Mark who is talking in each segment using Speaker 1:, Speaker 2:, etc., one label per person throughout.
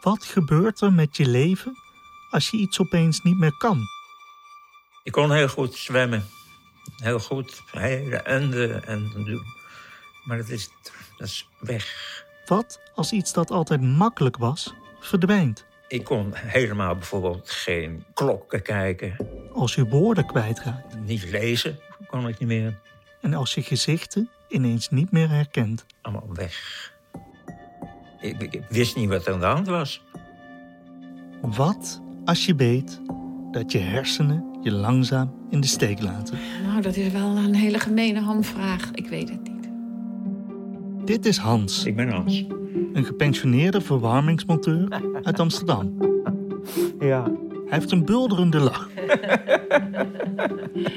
Speaker 1: Wat gebeurt er met je leven als je iets opeens niet meer kan?
Speaker 2: Ik kon heel goed zwemmen. Heel goed. Hele enden en doen. Maar dat is, dat is weg.
Speaker 1: Wat als iets dat altijd makkelijk was, verdwijnt?
Speaker 2: Ik kon helemaal bijvoorbeeld geen klokken kijken.
Speaker 1: Als je woorden kwijtraakt
Speaker 2: Niet lezen kon ik niet meer.
Speaker 1: en als je gezichten ineens niet meer herkent.
Speaker 2: Allemaal weg. Ik, ik- ik wist niet wat er aan de hand was.
Speaker 1: Wat als je weet dat je hersenen je langzaam in de steek laten?
Speaker 3: Nou, dat is wel een hele gemene hamvraag. Ik weet het niet.
Speaker 1: Dit is Hans,
Speaker 2: Ik ben Hans.
Speaker 1: een gepensioneerde verwarmingsmonteur uit Amsterdam.
Speaker 2: Ja.
Speaker 1: Hij heeft een bulderende lach.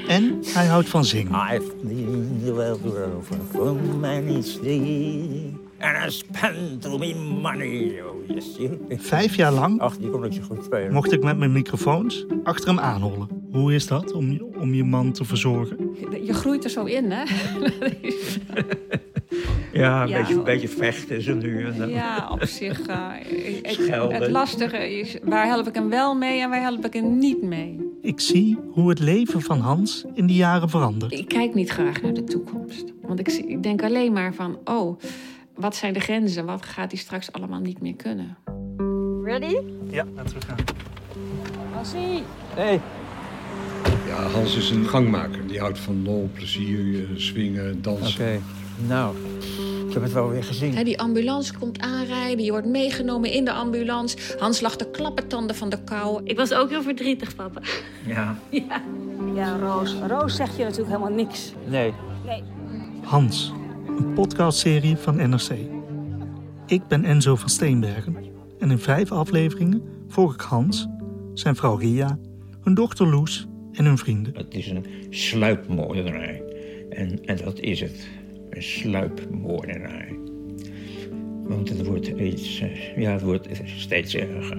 Speaker 1: En hij houdt van zingen.
Speaker 4: I've been the welder from many seas, and I spent me money. Oh, yes, you.
Speaker 1: Vijf jaar lang
Speaker 4: Ach, die kon ik zo goed spelen.
Speaker 1: mocht ik met mijn microfoons achter hem aanhollen. Hoe is dat om, je- om je man te verzorgen?
Speaker 3: Je groeit er zo in, hè? Dat is-
Speaker 2: Ja, een
Speaker 3: Ja.
Speaker 2: Beetje, een beetje vechten zo nu en dan.
Speaker 3: ja, op zich. eh, ik- ik-
Speaker 2: Schelden.
Speaker 3: het lastige is, waar help ik hem wel mee en waar help ik hem niet mee?
Speaker 1: Ik zie hoe het leven van Hans in die jaren verandert.
Speaker 3: Ik kijk niet graag naar de toekomst. Want ik, zie- ik denk alleen maar van, oh, wat zijn de grenzen? Wat gaat hij straks allemaal niet meer kunnen?
Speaker 1: Ja, laten we gaan.
Speaker 5: Ja, Hans is een gangmaker. Die houdt van lol, plezier, eh, swingen, dansen.
Speaker 4: nou, ik heb het wel weer gezien.
Speaker 3: Hè, die ambulance komt aanrijden, je wordt meegenomen in de ambulance. Hans lag de klappertanden van de kou.
Speaker 6: Ik was ook heel verdrietig, papa.
Speaker 2: Ja.
Speaker 6: Ja, Roos. Roos zegt je natuurlijk helemaal niks.
Speaker 4: Nee.
Speaker 1: Hans, een podcastserie van NRC. Ik ben Enzo van Steenbergen en in vijf afleveringen volg ik Hans, zijn vrouw Ria, hun dochter Loes en hun vrienden.
Speaker 2: Het is een sluipmoordenaar. En, en dat is het. Een sluipmoordenaar. Want het wordt, iets, eh, ja, het wordt steeds erger.